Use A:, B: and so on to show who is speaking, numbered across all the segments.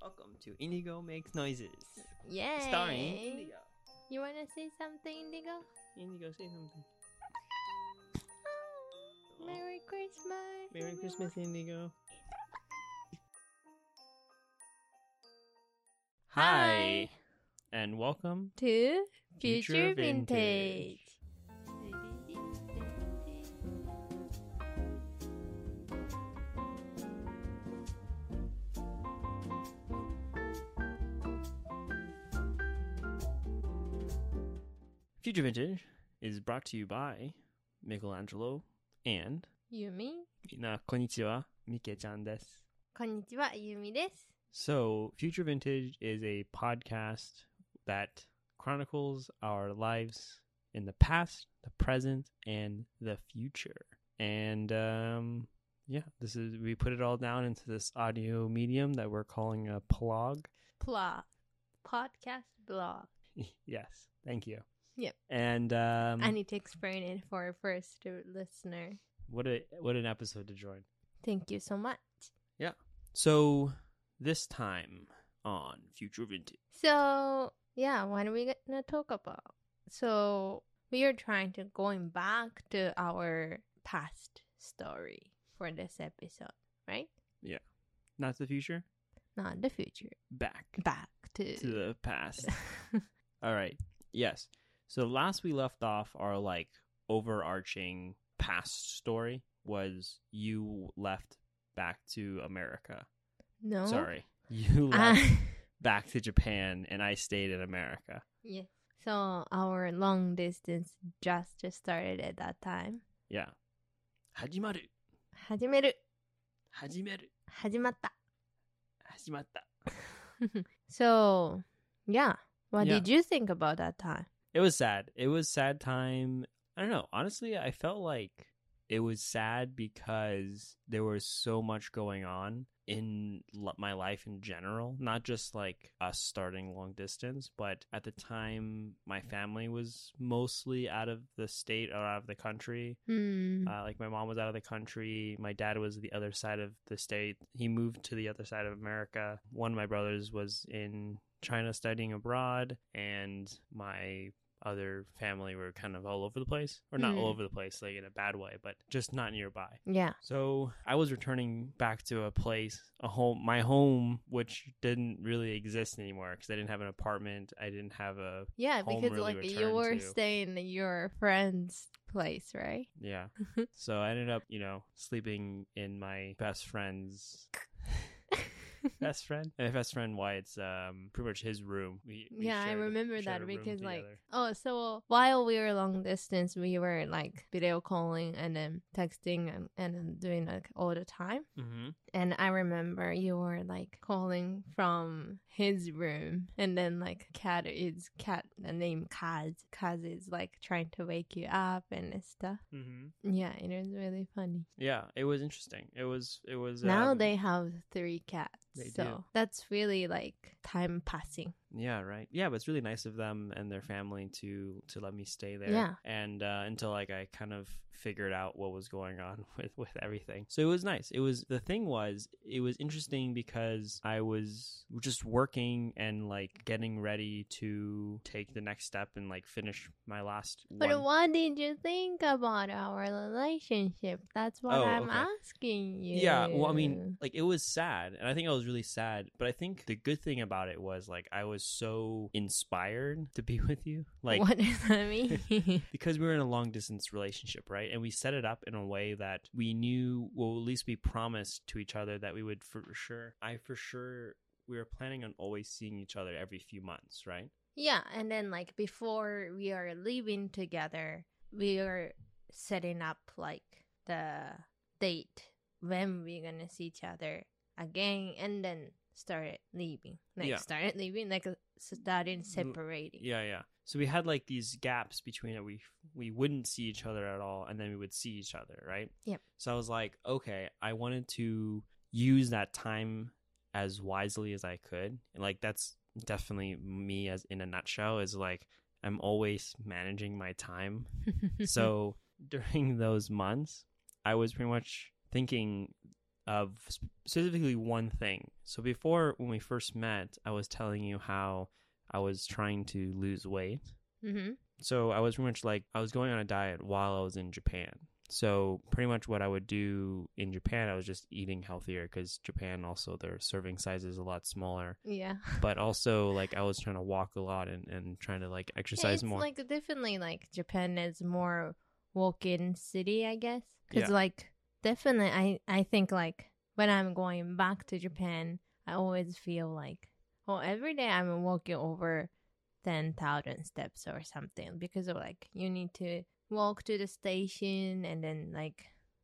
A: Welcome to Indigo Makes Noises,
B: Yay!
A: starring Indigo.
B: You wanna say something, Indigo?
A: Indigo, say something.
B: Merry Christmas!
A: Merry Christmas, Indigo.
B: Hi.
A: and welcome.
B: To
A: Future
B: Future
A: Vintage.
B: Vintage.
A: Future Vintage is brought to you by Michelangelo and
B: Yumi?
A: みんな、こんにちは。みけちゃんです。
B: Konnichiwa, Yumi desu.
A: So, Future Vintage is a podcast that chronicles our lives in the past, the present, and the future. And um, yeah, this is we put it all down into this audio medium that we're calling a plog.
B: Plot. Podcast blog.
A: yes, thank you.
B: Yep.
A: And um,
B: I need to explain it for our first listener.
A: what a what an episode to join.
B: Thank you so much.
A: So this time on Future Vintage.
B: So, yeah, what are we gonna talk about? So, we are trying to going back to our past story for this episode, right?
A: Not the future,
B: Not the future,
A: back
B: back to,
A: to the past. All right. Yes. So last we left off our like overarching past story was you left back to America.
B: no. Uh, Ah,
A: Sorry. You left
B: I-
A: back to Japan and I stayed in America.
B: yeah. So, our long distance just started at that time.
A: Yeah. Hajimaru.
B: 始める
A: Hajimeru.
B: 始まった。
A: Hajimatta.
B: so, yeah. What
A: Yeah.
B: did you think about that time?
A: It was sad. It was sad time. I don't know. Honestly, I felt like it was sad because there was so much going on in l- my life in general, not just like us starting long distance, but at the time my family was mostly out of the state or out of the country.
B: Hmm.
A: Uh, like my mom was out of the country. My dad was the other side of the state. He moved to the other side of America. One of my brothers was in China studying abroad, and my other family were kind of all over the place, or not all
B: Mm.
A: over the place, like in a bad way, but just not nearby.
B: yeah.
A: So I was returning back to a place, a home, my home, which didn't really exist anymore because I didn't have an apartment. I didn't have a
B: Yeah,
A: home
B: because
A: really
B: like
A: returned
B: you were
A: to.
B: staying at your friend's place, right?
A: Yeah. so I ended up, you know, sleeping in my best friend's best friend, my best friend Wyatt's, um, pretty much his room. We, we
B: yeah, I
A: shared-
B: remember
A: shared a
B: that
A: room
B: because like
A: together.
B: oh, so while we were long distance, we were like video calling and then texting and and then doing like all the time.
A: Mhm.
B: And I remember you were like calling from his room, and then like cat is cat the name Kaz. Kaz is like trying to wake you up and stuff.
A: Mhm.
B: Yeah, it was really funny.
A: Yeah, it was interesting. It was it was
B: Now
A: um,
B: they have three cats.
A: they
B: so
A: do.
B: that's really like time passing.
A: Yeah, right. Yeah, but it's really nice of them and their family to to let me stay there.
B: Yeah.
A: And uh, until like I kind of figured out what was going on with with everything. So it was nice. It was the thing was it was interesting because I was just working and like getting ready to take the next step and like finish my last
B: But
A: one.
B: what did you think about our relationship? That's what
A: Oh,
B: I'm
A: okay.
B: asking you.
A: Yeah, well, I mean, like it was sad, and I think I was really sad. But I think the good thing about it was like I was so inspired to be with you. Like,
B: what does that mean?
A: because we were in a long distance relationship, right? And we set it up in a way that we knew, well, at least we promised to each other that we would for sure, I for sure, we were planning on always seeing each other every few months, right?
B: yeah, and then like before we are living together, we are setting up like the date when we're gonna see each other again, and then started leaving. Like
A: Yeah. Mm,
B: started leaving, like uh, starting separating.
A: Yeah, yeah. So we had like these gaps between it. We we wouldn't see each other at all, and then we would see each other, right?
B: Yep.
A: So I was like, okay, I wanted to use that time as wisely as I could. And like that's definitely me as in a nutshell is like I'm always managing my time. so during those months, I was pretty much thinking of sp- specifically one thing. So before when we first met, I was telling you how I was trying to lose weight.
B: Mm-hmm.
A: So I was pretty much like I was going on a diet while I was in Japan. So pretty much what I would do in Japan, I was just eating healthier because Japan also their serving size is a lot smaller.
B: Yeah.
A: But also like I was trying to walk a lot and, and trying to like exercise
B: it's
A: more.
B: like definitely like Japan is more walk-in city, I guess. Because
A: Yeah.
B: like definitely, I I think like when I'm going back to Japan, I always feel like well every day I'm walking over ten thousand steps or something because of like you need to walk to the station and then like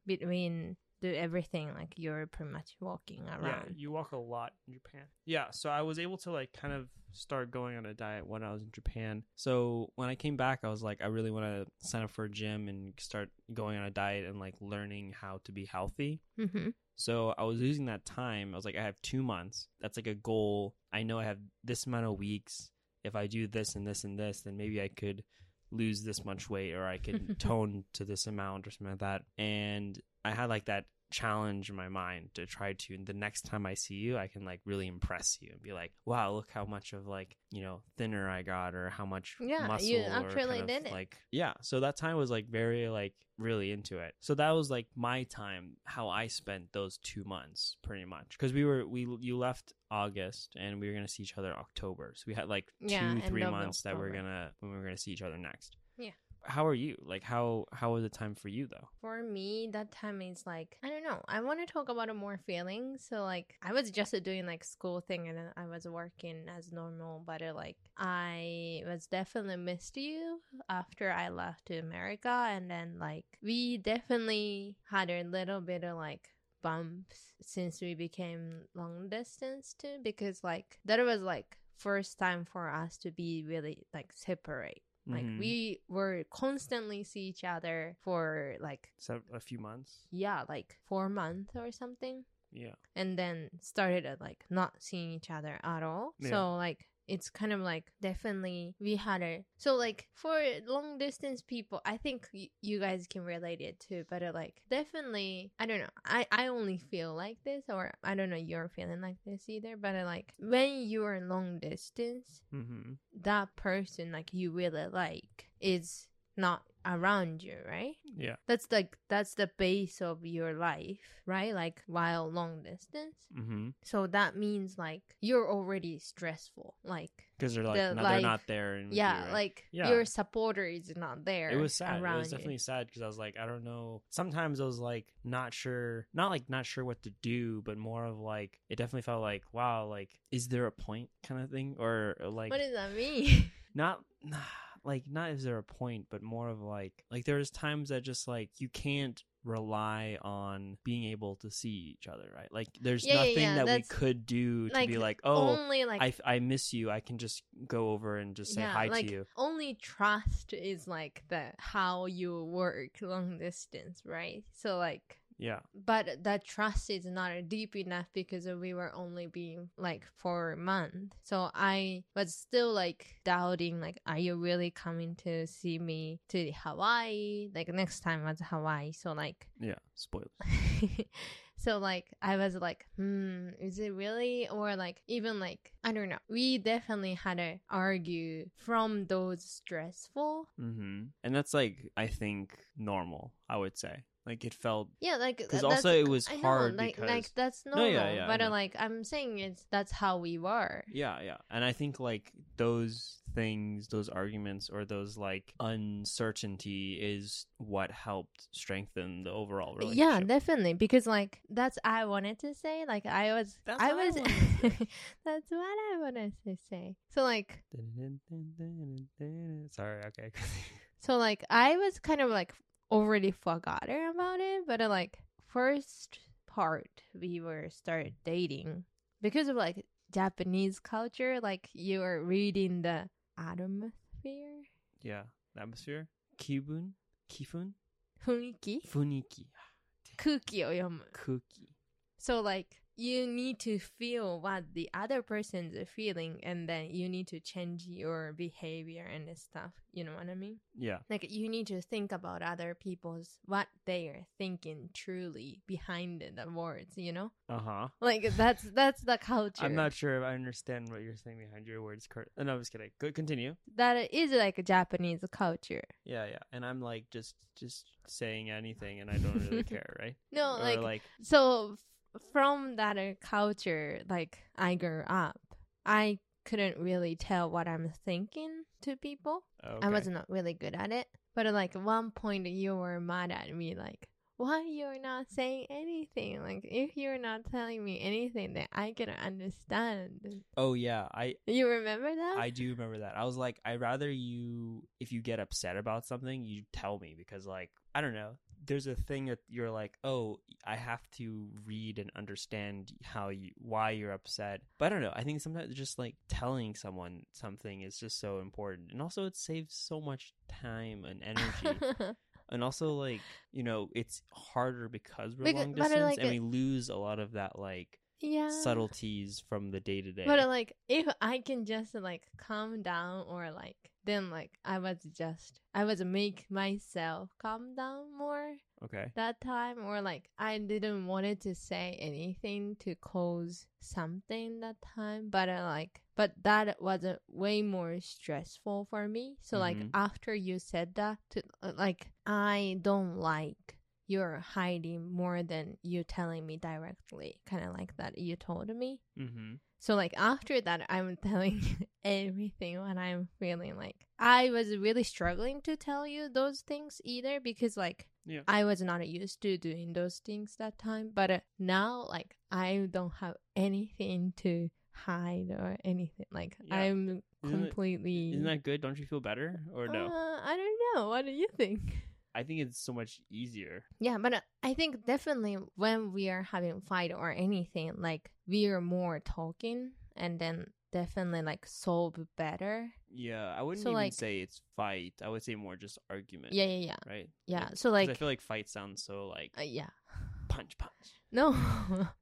B: between do everything like you're pretty much walking
A: Yeah,
B: around.
A: you walk a lot in Japan. Yeah, so I was able to like kind of start going on a diet when I was in Japan. So when I came back, I was like, I really want to sign up for a gym and start going on a diet and like learning how to be healthy.
B: hmm
A: So I was using that time. I was like, I have two months. That's like a goal. I know I have this amount of weeks. If I do this and this and this, then maybe I could lose this much weight or I could tone to this amount or something like that. And I had like that challenge in my mind to try to the next time I see you, I can like really impress you and be like, wow, look how much of like, you know, thinner I got or how much
B: Yeah,
A: muscle
B: you
A: or
B: actually
A: kind of,
B: did it.
A: Like yeah. So that time was like very like really into it. So that was like my time, how I spent those two months pretty much. Because we were we you left August and we were gonna see each other October. So we had like two,
B: Yeah, end
A: three
B: of
A: months that we are
B: October.
A: gonna when we were gonna see each other next.
B: Yeah.
A: How are you? Like how how was the time for you though?
B: For me, that time is like I don't know. I want to talk about it more feelings. So like I was just doing like school thing and I was working as normal, but uh like I was definitely missed you after I left to America, and then like we definitely had a little bit of like bumps since we became long distance too, because like that was like first time for us to be really like separate. Like
A: Mhm.
B: we were constantly see each other for like
A: So a few months.
B: yeah, like four months or something.
A: Yeah.
B: And then started at like not seeing each other at all.
A: Yeah.
B: So like it's kind of like definitely we had a so like for long distance people i think y- you guys can relate it too but uh, like definitely i don't know i i only feel like this or i don't know you're feeling like this either but uh, like when you're long distance
A: Mm-hmm.
B: that person like you really like is not around you right
A: Yeah.
B: that's like that's the base of your life right like while long distance
A: Mm-hmm.
B: so that means like you're already stressful like
A: Because they're like,
B: The
A: no, they're
B: life-
A: not there. And with you,
B: yeah
A: Mm, right?
B: like
A: Yeah.
B: your supporter is not there
A: It was sad.
B: around
A: It was
B: you.
A: definitely sad because I was like, I don't know. Sometimes I was like, not sure, not like not sure what to do, but more of like, it definitely felt like, wow, like, is there a point kind of thing, or or, like,
B: what does that mean
A: not like not is there a point, but more of like, like there's times that just like you can't rely on being able to see each other, right? Like there's
B: Yeah, yeah,
A: nothing
B: yeah,
A: that we
B: that's-
A: could do to
B: like,
A: be like, oh.
B: only like
A: I, I miss you. I can just go over and just say hi
B: like,
A: to you.
B: Only trust is like the how you work long distance, right? So like
A: Yeah.
B: but that trust is not deep enough because we were only being like for a month so i was still like doubting like are you really coming to see me to hawaii like next time was hawaii so like
A: Yeah. Spoilers.
B: so like i was like hmm is it really or like even like i don't know we definitely had to argue from those stressful
A: Mm-hmm. And that's like I think normal. I would say like it felt
B: Yeah, like uh,
A: 'Cause
B: that's-
A: also it was
B: I know,
A: hard
B: like
A: because-
B: like that's
A: No,
B: normal.
A: yeah, yeah, I
B: but uh,
A: know.
B: like I'm saying it's that's how we were.
A: yeah yeah. And I think like those things, those arguments, or those like uncertainty is what helped strengthen the overall relationship.
B: Uh, Yeah, definitely. Because like that's I wanted to say. Like I was
A: That's
B: I
A: what I
B: was
A: wanted to say.
B: that's what I wanted to say. So like
A: Sorry. Okay.
B: so like I was kind of like already forgotten about it, but uh, like first part we were started dating because of like Japanese culture, like you were reading the atmosphere.
A: yeah. Atmosphere. Kibun. Kifun.
B: 雰囲気
A: Funiki.
B: 空気を読む
A: Cookie.
B: So like you need to feel what the other person's feeling and then you need to change your behavior and stuff you know what i mean
A: Yeah.
B: like you need to think about other people's what they are thinking truly behind the words you know
A: Uh huh.
B: like that's that's the culture
A: I'm not sure if I understand what you're saying behind your words, Kurt. Uh, No, I'm just kidding. Go continue.
B: that is like a japanese culture
A: Yeah, yeah. And I'm like just just saying anything, and I don't really care, right?
B: no
A: or
B: like,
A: like
B: so f- from that uh, culture like i grew up i couldn't really tell what i'm thinking to people
A: okay.
B: I was not really good at it. But at like one point, you were mad at me, like, why you're not saying anything? Like, if you're not telling me anything, then I can understand.
A: Oh yeah, I
B: You remember that?
A: I do remember that. I was like, I'd rather you, if you get upset about something, you tell me because, like, I don't know. There's a thing that you're like, oh, I have to read and understand how you, why you're upset. But I don't know. I think sometimes just like telling someone something is just so important. And also, it saves so much time and energy. and also, like, you know, it's harder because we're
B: Because-
A: long
B: but I
A: distance
B: like
A: and
B: it-
A: we lose a lot of that, like,
B: yeah.
A: subtleties from the day to day.
B: But like, if I can just like calm down or like, then like, I was just, I was make myself calm down more
A: Okay.
B: that time or like I didn't wanted to say anything to cause something that time but I like but that was uh, way more stressful for me so like
A: Mhm.
B: after you said that to, uh, like I don't like you're hiding more than you telling me directly kind of like that you told me
A: Mm-hmm.
B: so like after that, I'm telling you everything what I'm feeling. Like I was really struggling to tell you those things either because like
A: Yeah.
B: I was not used to doing those things that time. But uh, now like I don't have anything to hide or anything. Like
A: Yeah.
B: I'm
A: Isn't it-
B: completely.
A: Isn't that good? Don't you feel better? Or no?
B: E Uh, I don't know. What do you think?
A: I think it's so much easier.
B: Yeah, but uh, I think definitely when we are having fight or anything, like we are more talking and then definitely like solve better.
A: Yeah, I wouldn't
B: So,
A: even
B: like-
A: say it's fight. I would say more just argument.
B: Yeah, yeah, yeah.
A: Right?
B: Yeah.
A: Like,
B: so
A: Eh, 'cause
B: like
A: I feel like fight sounds so like
B: uh, yeah.
A: punch punch.
B: No.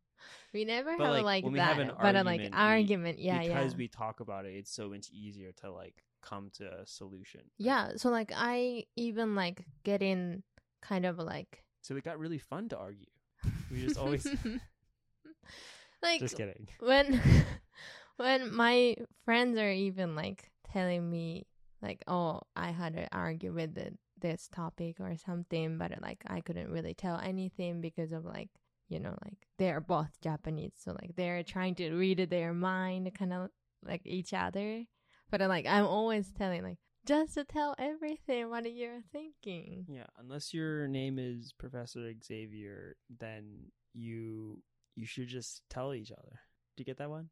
B: we never
A: But,
B: have
A: like,
B: like
A: when we
B: that.
A: have an
B: but uh, like
A: argument, we-
B: argument, yeah, yeah.
A: because we talk about it, it's so much easier to like come to a solution. right?
B: yeah, so like I even like getting kind of like
A: So it got really fun to argue. We just always
B: like
A: just kidding.
B: when when my friends are even like telling me like oh i had to argue with the, this topic or something but like i couldn't really tell anything because of like you know like they're both japanese so like they're trying to read their mind kind of like each other but like i'm always telling like just to tell everything what you're thinking
A: Yeah, unless your name is Professor Xavier, then you you should just tell each other. Do you get that one?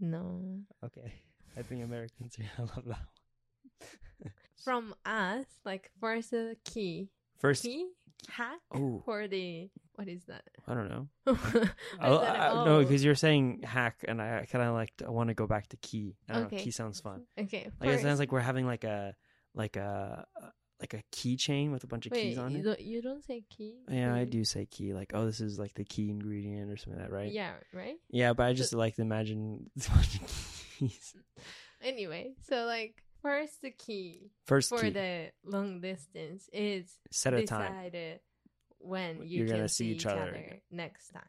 B: no
A: Okay. I think Americans are gonna love that one.
B: from us like first uh, key
A: First,
B: key hack
A: oh,
B: for the what is that?
A: I don't know.
B: I
A: I'll-
B: said,
A: I- I- No,
B: "Oh."
A: because you're saying hack, and I kind of like I want to go back to key. I don't know,
B: Okay.
A: key sounds fun.
B: okay.
A: Like it
B: first-
A: sounds like we're having like a like a like a keychain with a bunch of
B: wait,
A: keys on
B: you
A: it.
B: Don't, you don't say key.
A: Yeah, I
B: you-
A: do say key. Like, oh, this is like the key ingredient or something like that, right?
B: Yeah, right.
A: Yeah, but I just like to imagine a bunch of keys.
B: Anyway, so like first the key
A: First
B: for
A: key,
B: the long distance is
A: set a time.
B: decide uh, when you
A: You're
B: can
A: gonna see each other.
B: next time.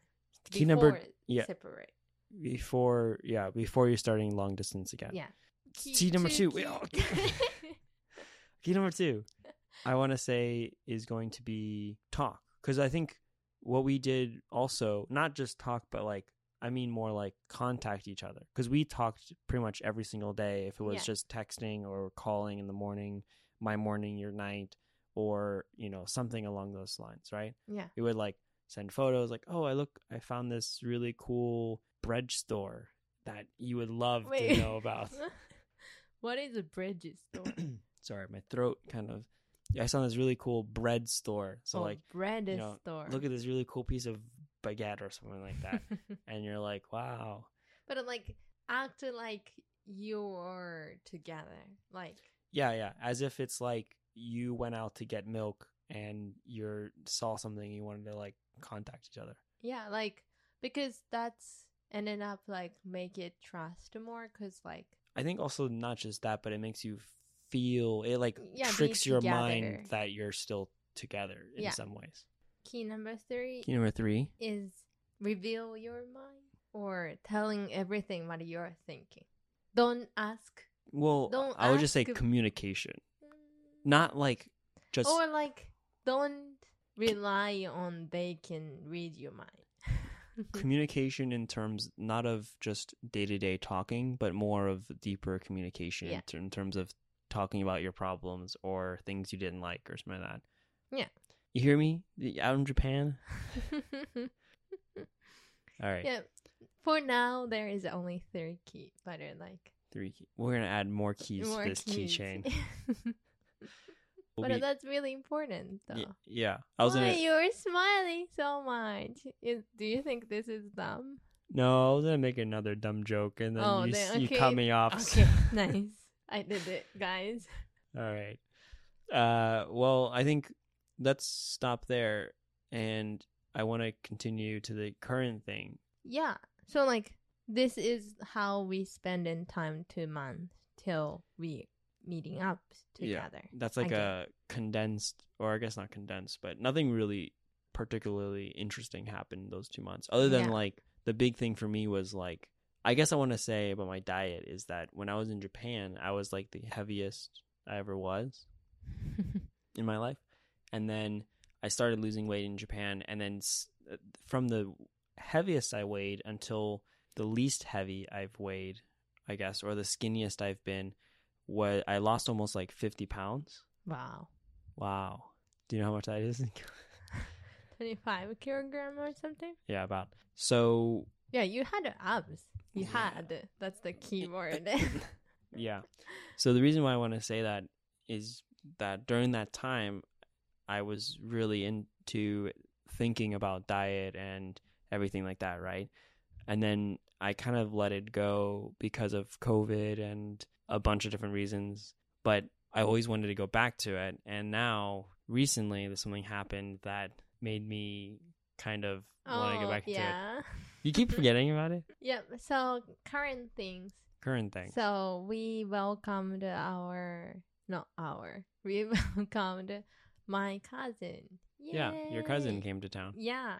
A: Key number,
B: Before
A: yeah.
B: separate.
A: before, yeah, before you're starting long distance again.
B: Yeah.
A: Key, number two. Wait, oh,
B: key-
A: key- Key number two, I want to say is going to be talk because I think what we did also not just talk, but like I mean more like contact each other because we talked pretty much every single day. If it was
B: Yeah.
A: just texting or calling in the morning, my morning, your night, or you know something along those lines, right?
B: yeah.
A: We would like send photos, like oh I look, I found this really cool bread store that you would love
B: Wait.
A: to know about.
B: what is a bridges store?
A: sorry, my throat kind of. I saw this really cool bread store. So
B: Oh,
A: like,
B: bread
A: you know,
B: store.
A: look at this really cool piece of baguette or something like that, and you're like, wow,
B: But uh, like act like you're together. Like
A: yeah, yeah, as if it's like you went out to get milk and you are saw something you wanted to like contact each other.
B: yeah, like because that's ended up like make it trust more because like
A: I think also not just that, but it makes you feel it like
B: Yeah, be
A: tricks your
B: together.
A: mind that you're still together in
B: Yeah.
A: some ways.
B: key number three
A: Key number three.
B: is reveal your mind or telling everything what you're thinking don't ask
A: Well,
B: Don't
A: I would just say
B: ask-
A: communication, not like just
B: or like don't rely on they can read your mind
A: communication in terms not of just day to day talking, but more of deeper communication
B: Yeah.
A: in, ter- in terms of talking about your problems or things you didn't like or something like that.
B: Yeah.
A: You hear me? Y- Out in Japan? All right.
B: yeah for now there is only three key but uh, like
A: Three. Key. We're going to add more keys
B: more
A: to this
B: keys.
A: keychain. We'll
B: but
A: be-
B: that's really important though
A: y- yeah. I was
B: Why
A: going to.
B: you're smiling so much? Is, do you think this is dumb?
A: No, I was going to make another dumb joke and then,
B: Oh,
A: you,
B: then-
A: s- you
B: okay.
A: cut me off.
B: Okay, nice. I did it, guys.
A: All right. Uh, well, I think let's stop there, and I want to continue to the current thing.
B: Yeah. So like this is how we spend in time two months till we meeting up
A: Yeah.
B: together.
A: That's like
B: Okay.
A: a condensed, or I guess not condensed, but nothing really particularly interesting happened those two months, other than
B: Yeah.
A: like the big thing for me was like. I guess I want to say about my diet is that when I was in Japan, I was like the heaviest I ever was. in my life. And then I started losing weight in Japan. And then s- uh, from the heaviest I weighed until the least heavy I've weighed, I guess, or the skinniest I've been, was I lost almost like 50 pounds.
B: wow.
A: Wow. Do you know how much that is?
B: Twenty five kilogram or something?
A: yeah, about. So,
B: Yeah, you had abs. You
A: Yeah.
B: had. That's the key word.
A: yeah. So the reason why I want to say that is that during that time, I was really into thinking about diet and everything like that, right? And then I kind of let it go because of COVID and a bunch of different reasons, but I always wanted to go back to it. And now, recently, there's something happened that made me kind of want to go
B: Oh,
A: back to it.
B: yeah.
A: You keep forgetting about it?
B: Yep. So current things.
A: Current thing.
B: So we welcomed our not our. We welcomed my cousin.
A: yeah, your cousin
B: Yay.
A: came to town.
B: Yeah,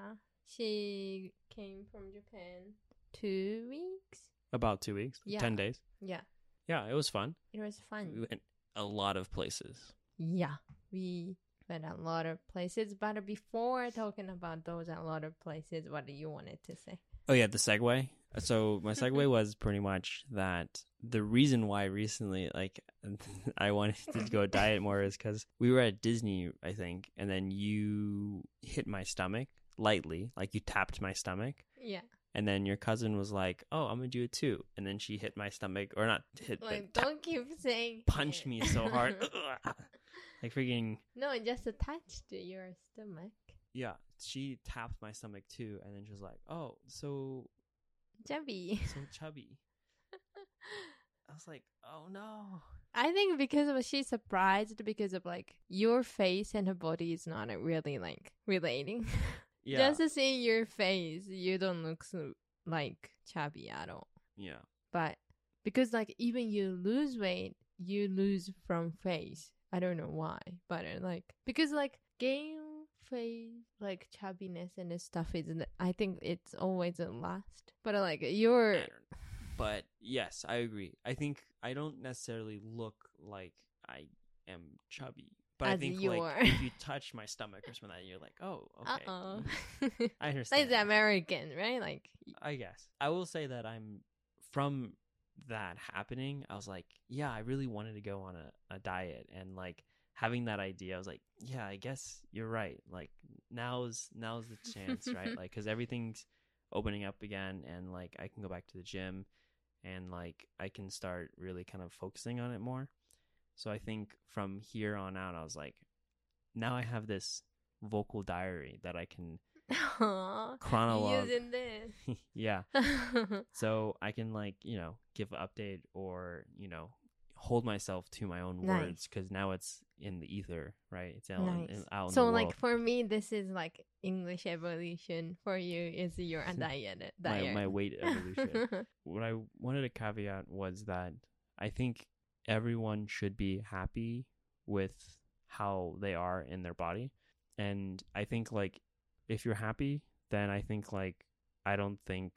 B: she came from Japan two weeks.
A: About two weeks,
B: Yeah.
A: 10 days.
B: Yeah,
A: Yeah, it was fun.
B: it was
A: We
B: fun.
A: went a lot of places.
B: Yeah, we went a lot of places. But before talking about those a lot of places, what do you wanted to say?
A: Oh, yeah, the segue. So, my segue was pretty much that the reason why recently, like, I wanted to go diet more is because we were at Disney, I think, and then you hit my stomach lightly, like, you tapped my stomach.
B: Yeah,
A: And then your cousin was like, "Oh, I'm gonna do it too." And then she hit my stomach, or not hit, but
B: like
A: tap-
B: don't keep saying
A: punched
B: it.
A: me so hard, like freaking
B: no, it just attached to your stomach.
A: yeah. She tapped my stomach too, and then she was like, "Oh, so
B: Chubby.
A: so chubby. I was like, oh no.
B: I think because of she's surprised because of like your face and her body is not really like relating.
A: Yeah.
B: Just to see your face, you don't look so, like chubby at all.
A: yeah.
B: But because like even you lose weight, you lose from face. I don't know why, but uh, like because like gain face like chubbiness and this stuff is I think it's always the last. But uh, like
A: I
B: you're
A: don't know. But yes, I agree. I think I don't necessarily look like I am chubby. But I
B: As
A: think
B: you
A: like
B: are.
A: if you touch my stomach or something like that, you're like, oh,
B: uh
A: okay.
B: oh.
A: mm, I
B: Like
A: understand.
B: the American, right? Like
A: I guess. I will say that I'm from that happening, I was like, yeah, I really wanted to go on a, a diet and like having that idea, I was like, yeah, I guess you're right. Like now's now's the chance, right? Like cuz everything's opening up again and like I can go back to the gym and like I can start really kind of focusing on it more. So I think from here on out I was like now I have this vocal diary that I can
B: Aw,
A: chronologue.
B: Using this.
A: yeah
B: yeah.
A: so I can like you know give an update or you know hold myself to my own
B: Nice.
A: words because now it's in the ether, right? It's out, in-
B: Nice.
A: out in
B: so
A: the world.
B: like for me this is like english evolution for you is your diet,
A: my,
B: diet.
A: my weight evolution. what I wanted to caveat was that I think everyone should be happy with how they are in their body. And I think like if you're happy, then I think like I don't think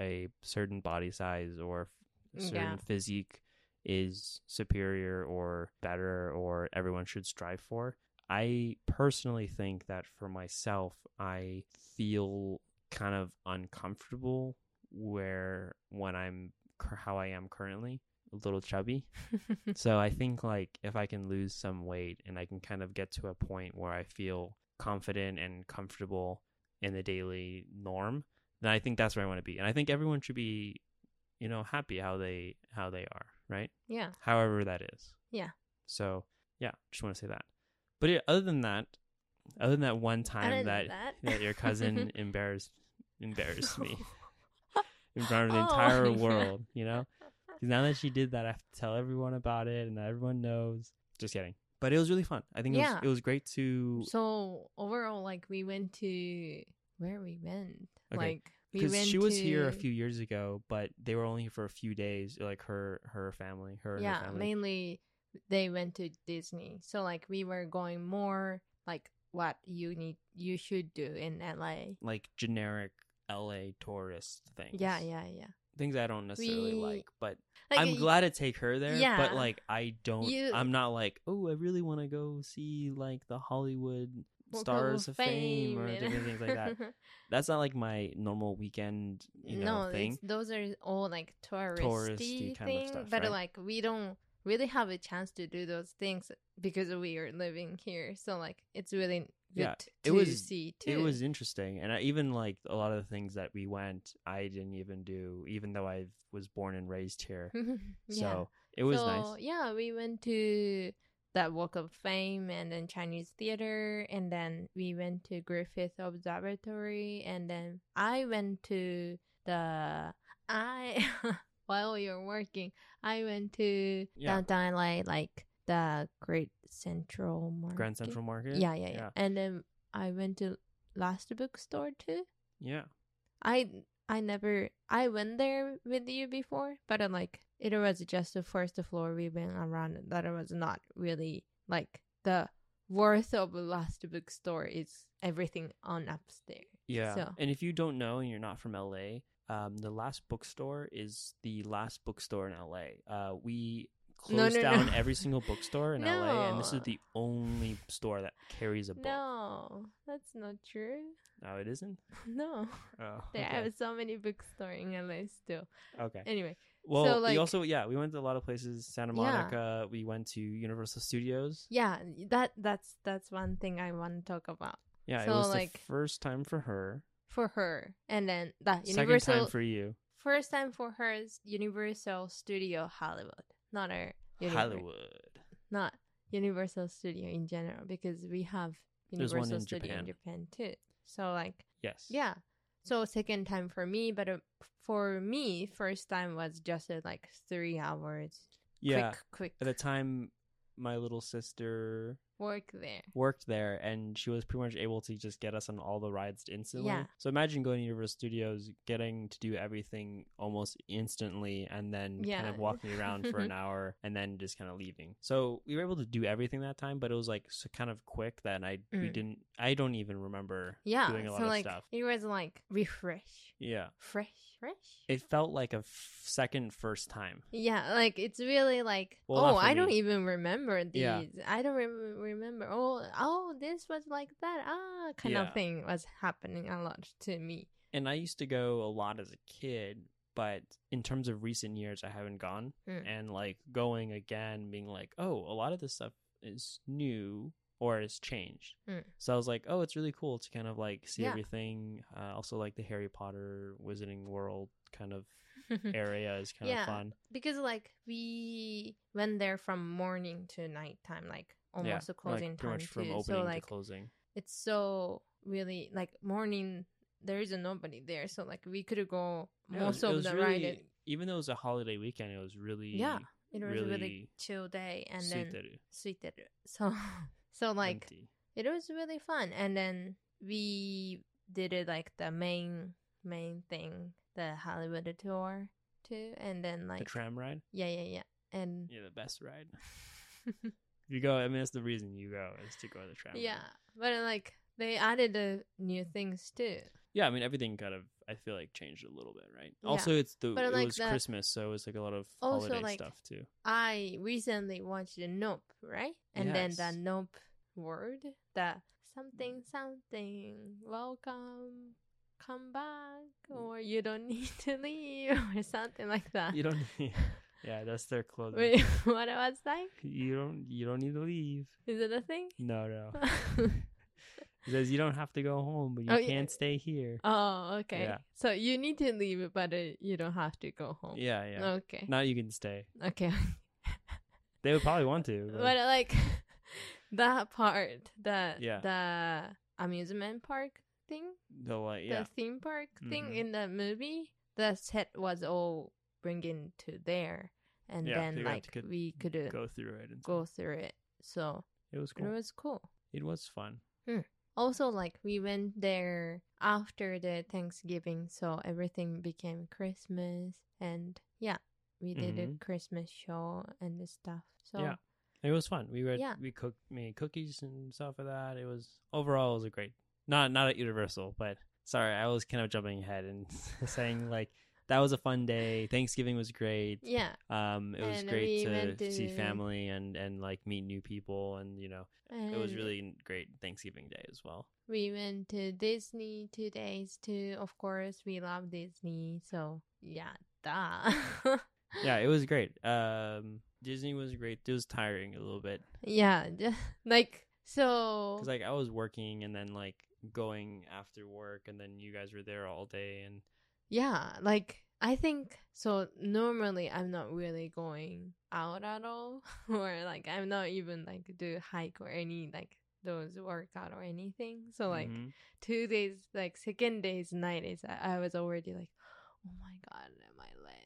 A: a certain body size or f- certain
B: Yeah.
A: physique is superior or better or everyone should strive for. I personally think that for myself, I feel kind of uncomfortable where when I'm cur- how I am currently, a little chubby. so I think like if I can lose some weight and I can kind of get to a point where I feel confident and comfortable in the daily norm, then I think that's where I want to be. And I think everyone should be, you know, happy how they how they are, right?
B: yeah
A: However that is.
B: Yeah.
A: So yeah, just want to say that. But yeah, other than that, other than that one time
B: Other than
A: that
B: that,
A: that your cousin embarrassed embarrassed me in front of the
B: Oh,
A: entire
B: yeah.
A: world, you know? 'Cause now that she did that, I have to tell everyone about it and everyone knows. Just kidding. But it was really fun. I think it,
B: Yeah.
A: was, it was great to.
B: so overall like we went to where we went
A: Okay.
B: like we
A: Because
B: went
A: she was here a
B: to-
A: few years ago, but they were only here for a few days, like her her family, her and her
B: yeah
A: family.
B: mainly they went to disney so like we were going more like what you need you should do in la
A: like generic LA tourist things.
B: yeah yeah yeah
A: Things I don't necessarily
B: We-
A: like, but
B: like
A: I'm
B: y-
A: glad to take her there,
B: Yeah.
A: but like I don't.
B: You-
A: I'm not like, oh, I really want to go see like the Hollywood
B: Walk Hall
A: stars of fame, or
B: and-
A: different things like that. That's not like my normal weekend, you know,
B: no
A: thing.
B: it's, those are all like touristy,
A: Touristy kind of
B: thing,
A: stuff,
B: but
A: right?
B: like we don't really have a chance to do those things because we are living here so like it's really good
A: Yeah,
B: to
A: it was-
B: see too
A: It was interesting, and I, even like a lot of the things that we went, I didn't even do, even though I was born and raised here.
B: Hmm, yeah.
A: So it was
B: so,
A: nice.
B: Yeah, we went to that Walk of Fame and then Chinese Theater, and then we went to Griffith Observatory, and then I went to the I while we were working, I went to
A: Yeah.
B: downtown LA, like the Great Central Market.
A: Grand Central Market.
B: Yeah, yeah, yeah, And then I went to Last Bookstore too.
A: yeah.
B: I I never I went there with you before, but i like it was just the first floor we went around that it was not really like the worth of last bookstore is everything on upstairs.
A: Yeah.
B: So-
A: And if you don't know and you're not from LA, um, the last bookstore is the last bookstore in LA. Uh, we
B: No,
A: closed
B: no,
A: down
B: no.
A: every single bookstore in LA, and this
B: No.
A: is the only store that carries a book.
B: No, that's not true.
A: No, it isn't.
B: No,
A: Oh,
B: there
A: okay.
B: are so many bookstores in LA still.
A: okay.
B: Anyway,
A: Well,
B: like-
A: we also yeah, we went to a lot of places. Santa
B: Yeah.
A: Monica. We went to Universal Studios.
B: yeah, that that's that's one thing I want to talk about
A: Yeah,
B: So,
A: it was
B: like-
A: the first time for her.
B: for her, and then that
A: Second
B: Universal
A: time for you.
B: First time for her is Universal Studio Hollywood, not our univer-
A: Hollywood.
B: not Universal Studio in general, because we have
A: There's one
B: Universal
A: in
B: Studio
A: Japan.
B: in Japan too. So like,
A: Yes.
B: yeah. So second time for me, but uh, for me, first time was just uh, like three hours.
A: Yeah.
B: quick,
A: At the
B: quick
A: time, my little sister
B: work there.
A: worked there and she was pretty much able to just get us on all the rides instantly.
B: Yeah.
A: So imagine going to Universal Studios, getting to do everything almost instantly and then kind
B: Yeah.
A: of walking around for an hour and then just kind of leaving. So we were able to do everything that time, but it was like so kind of quick that I we
B: Mm.
A: didn't I don't even remember
B: Yeah,
A: doing a lot
B: so
A: of
B: like
A: stuff.
B: it was like refresh,
A: Yeah.
B: fresh, fresh.
A: It felt like a f- second first time.
B: Yeah, like it's really like
A: Well,
B: oh,
A: not for
B: I don't
A: me.
B: even remember these.
A: Yeah.
B: I don't rem remember. Oh, oh, this was like that. Ah, kind of
A: Yeah.
B: thing was happening a lot to me.
A: and I used to go a lot as a kid, but in terms of recent years, I haven't gone.
B: Mm.
A: And like going again, being like, oh, a lot of this stuff is new or has changed.
B: Mm.
A: So I was like, oh, it's really cool to kind of like see
B: Yeah.
A: everything. Uh, also, like the Harry Potter Wizarding World kind of area is kind
B: Hmm. Yeah.
A: of fun.
B: because like we went there from morning to nighttime, like
A: yeah,
B: almost the
A: like, pretty
B: closing time
A: much from
B: too.
A: opening
B: so like
A: to closing.
B: it's so really like morning. There isn't nobody there, so like we could go
A: Yeah, it was-
B: most
A: it
B: of
A: was
B: the
A: really-
B: ride.
A: Even though it was a holiday weekend, it was really
B: Yeah. It was really,
A: really
B: chill day and then
A: suiteru,
B: suited. So so like
A: empty.
B: it was really fun and then we did it like the main main thing, the Hollywood tour too and then like
A: the tram ride.
B: yeah yeah yeah and
A: Yeah, the best ride. You go. I mean, that's the reason you go is to go to the tram. ride.
B: yeah, but like they added the new things too.
A: Yeah, I mean everything kind of I feel like changed a little bit, right?
B: Yeah.
A: Also, it's the
B: But,
A: it
B: like,
A: was
B: the-
A: Christmas, so it was like a lot of
B: Also,
A: holiday
B: like,
A: stuff too.
B: I recently watched the Nope, right? And then
A: Yes. Mm.
B: the Nope word, the something something, welcome, come back,
A: Mm.
B: or you don't need to leave, or something like that.
A: You don't. Need, yeah, that's their clothing.
B: Wait, what was that?
A: You don't. You don't need to leave.
B: Is it a thing?
A: No, no. It says you don't have to go home, but you
B: Oh, yeah.
A: can't stay here.
B: oh, okay.
A: Yeah.
B: So you need to leave, but uh, you don't have to go home.
A: Yeah, yeah.
B: Okay.
A: Now you can stay.
B: Okay.
A: They would probably want to. But,
B: but uh, like that part the
A: Yeah.
B: the amusement park thing
A: the like, yeah,
B: the theme park thing
A: Mhm.
B: in the movie the set was all bringing to there and
A: Yeah,
B: then
A: you had
B: like
A: to could-
B: we could go,
A: go through it. And
B: go through it so
A: It was cool.
B: it was cool
A: It was fun.
B: also like we went there after the thanksgiving so everything became christmas and yeah we did a christmas show and the stuff so
A: Mm-hmm. Yeah. It was fun. We read,
B: Yeah.
A: we cooked, made cookies and stuff like that. It was overall, it was a great. Not not at Universal, but sorry, I was kind of jumping ahead and saying like that was a fun day. Thanksgiving was great.
B: yeah
A: Um, it was
B: And
A: great
B: we
A: to,
B: went
A: see
B: to-
A: family and and like meet new people, and you know, it was
B: and-
A: really great Thanksgiving day as well.
B: We went to Disney two days too. Of course, we love Disney, so yeah, duh.
A: Yeah, it was great. Um, Disney was great. It was tiring a little bit
B: yeah, ju- like so. Oh.
A: because like I was working and then like going after work, and then you guys were there all day and.
B: yeah, like I think so. Normally, I'm not really going out at all, or like I'm not even like do hike or any like those workout or anything. So like
A: Mhm.
B: two days, like second day's night is I, I was already like, oh my god, my leg.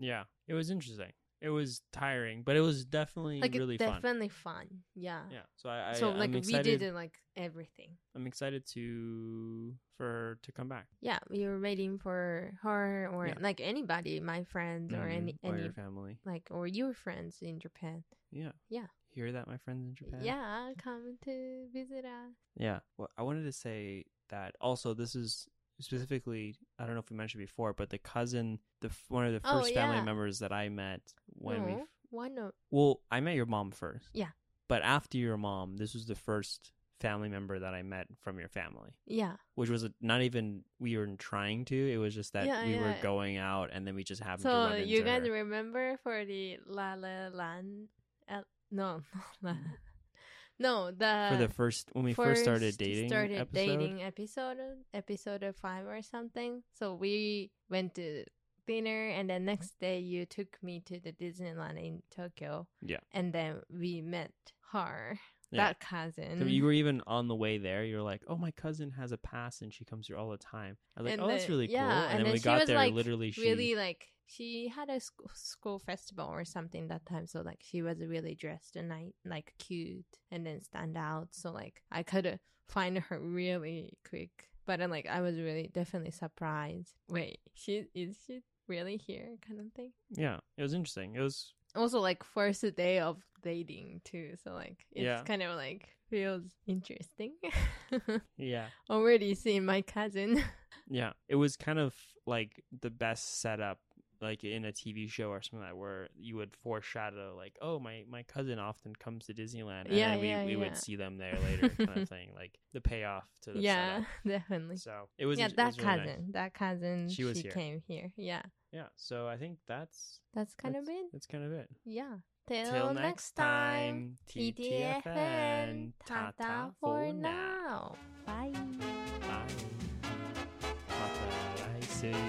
A: Yeah, it was interesting. It was tiring, but it was definitely
B: like
A: really
B: it's
A: fun.
B: definitely fun. Yeah.
A: Yeah, so I, I
B: so
A: I'm
B: like we
A: excited.
B: did it, like everything.
A: I'm excited to for her to come back
B: Yeah, we were waiting for her or
A: Yeah.
B: like anybody, my friends or any
A: Mhm. or
B: any
A: your family.
B: like or your friends in Japan.
A: Yeah,
B: Yeah.
A: Hear that, my friends in Japan.
B: Yeah, come to visit us.
A: yeah. Well, I wanted to say that also. This is specifically I don't know if we mentioned before, but the cousin, the f- one of the
B: Oh,
A: first family
B: yeah.
A: members that I met when we
B: no, why not?
A: Well, I met your mom first.
B: Yeah.
A: But after your mom, this was the first family member that I met from your family,
B: Yeah,
A: which was not even we were trying to. It was just that
B: Yeah,
A: we were
B: yeah.
A: going out and then we just happened to
B: so
A: run into
B: you guys
A: her.
B: remember for the La La Land? El- no, not La La. No, the
A: for the first when we first started dating
B: started
A: episode.
B: dating episode episode of five or something so we went to dinner and the next day you took me to the disneyland in tokyo
A: Yeah.
B: and then we met her
A: Yeah.
B: that cousin
A: So you were even on the way there. You were like, "Oh, my cousin has a pass, and she comes here all the time." I was like,
B: And
A: "Oh, that's
B: the-
A: really
B: yeah,
A: cool." And,
B: and
A: then
B: then
A: when we
B: she
A: got
B: was,
A: there,
B: like,
A: literally, she
B: really like she had a school, school festival or something that time so like she was really dressed and I, like cute and then stand out so like i could find her really quick but then like i was really definitely surprised wait she is she really here kind of thing
A: yeah, it was interesting. It was
B: also like first day of dating too so like it's
A: Yeah.
B: kind of like feels interesting
A: yeah,
B: already seeing my cousin
A: Yeah, it was kind of like the best setup, like in a TV show or something like where you would foreshadow, like, oh, my my cousin often comes to Disneyland, and
B: Yeah,
A: then we,
B: yeah,
A: we
B: yeah.
A: would see them there later, kind of thing, like the payoff to the
B: yeah
A: setup.
B: definitely
A: So it was
B: yeah,
A: it
B: that
A: was really nice.
B: cousin, that cousin,
A: She was here.
B: came here. Yeah,
A: Yeah, so I think that's
B: that's kind
A: that's,
B: of it.
A: That's kind of it.
B: Yeah. Till,
A: Till next time,
B: TTFN. Tata for now. Bye.
A: Bye. Tata, I say.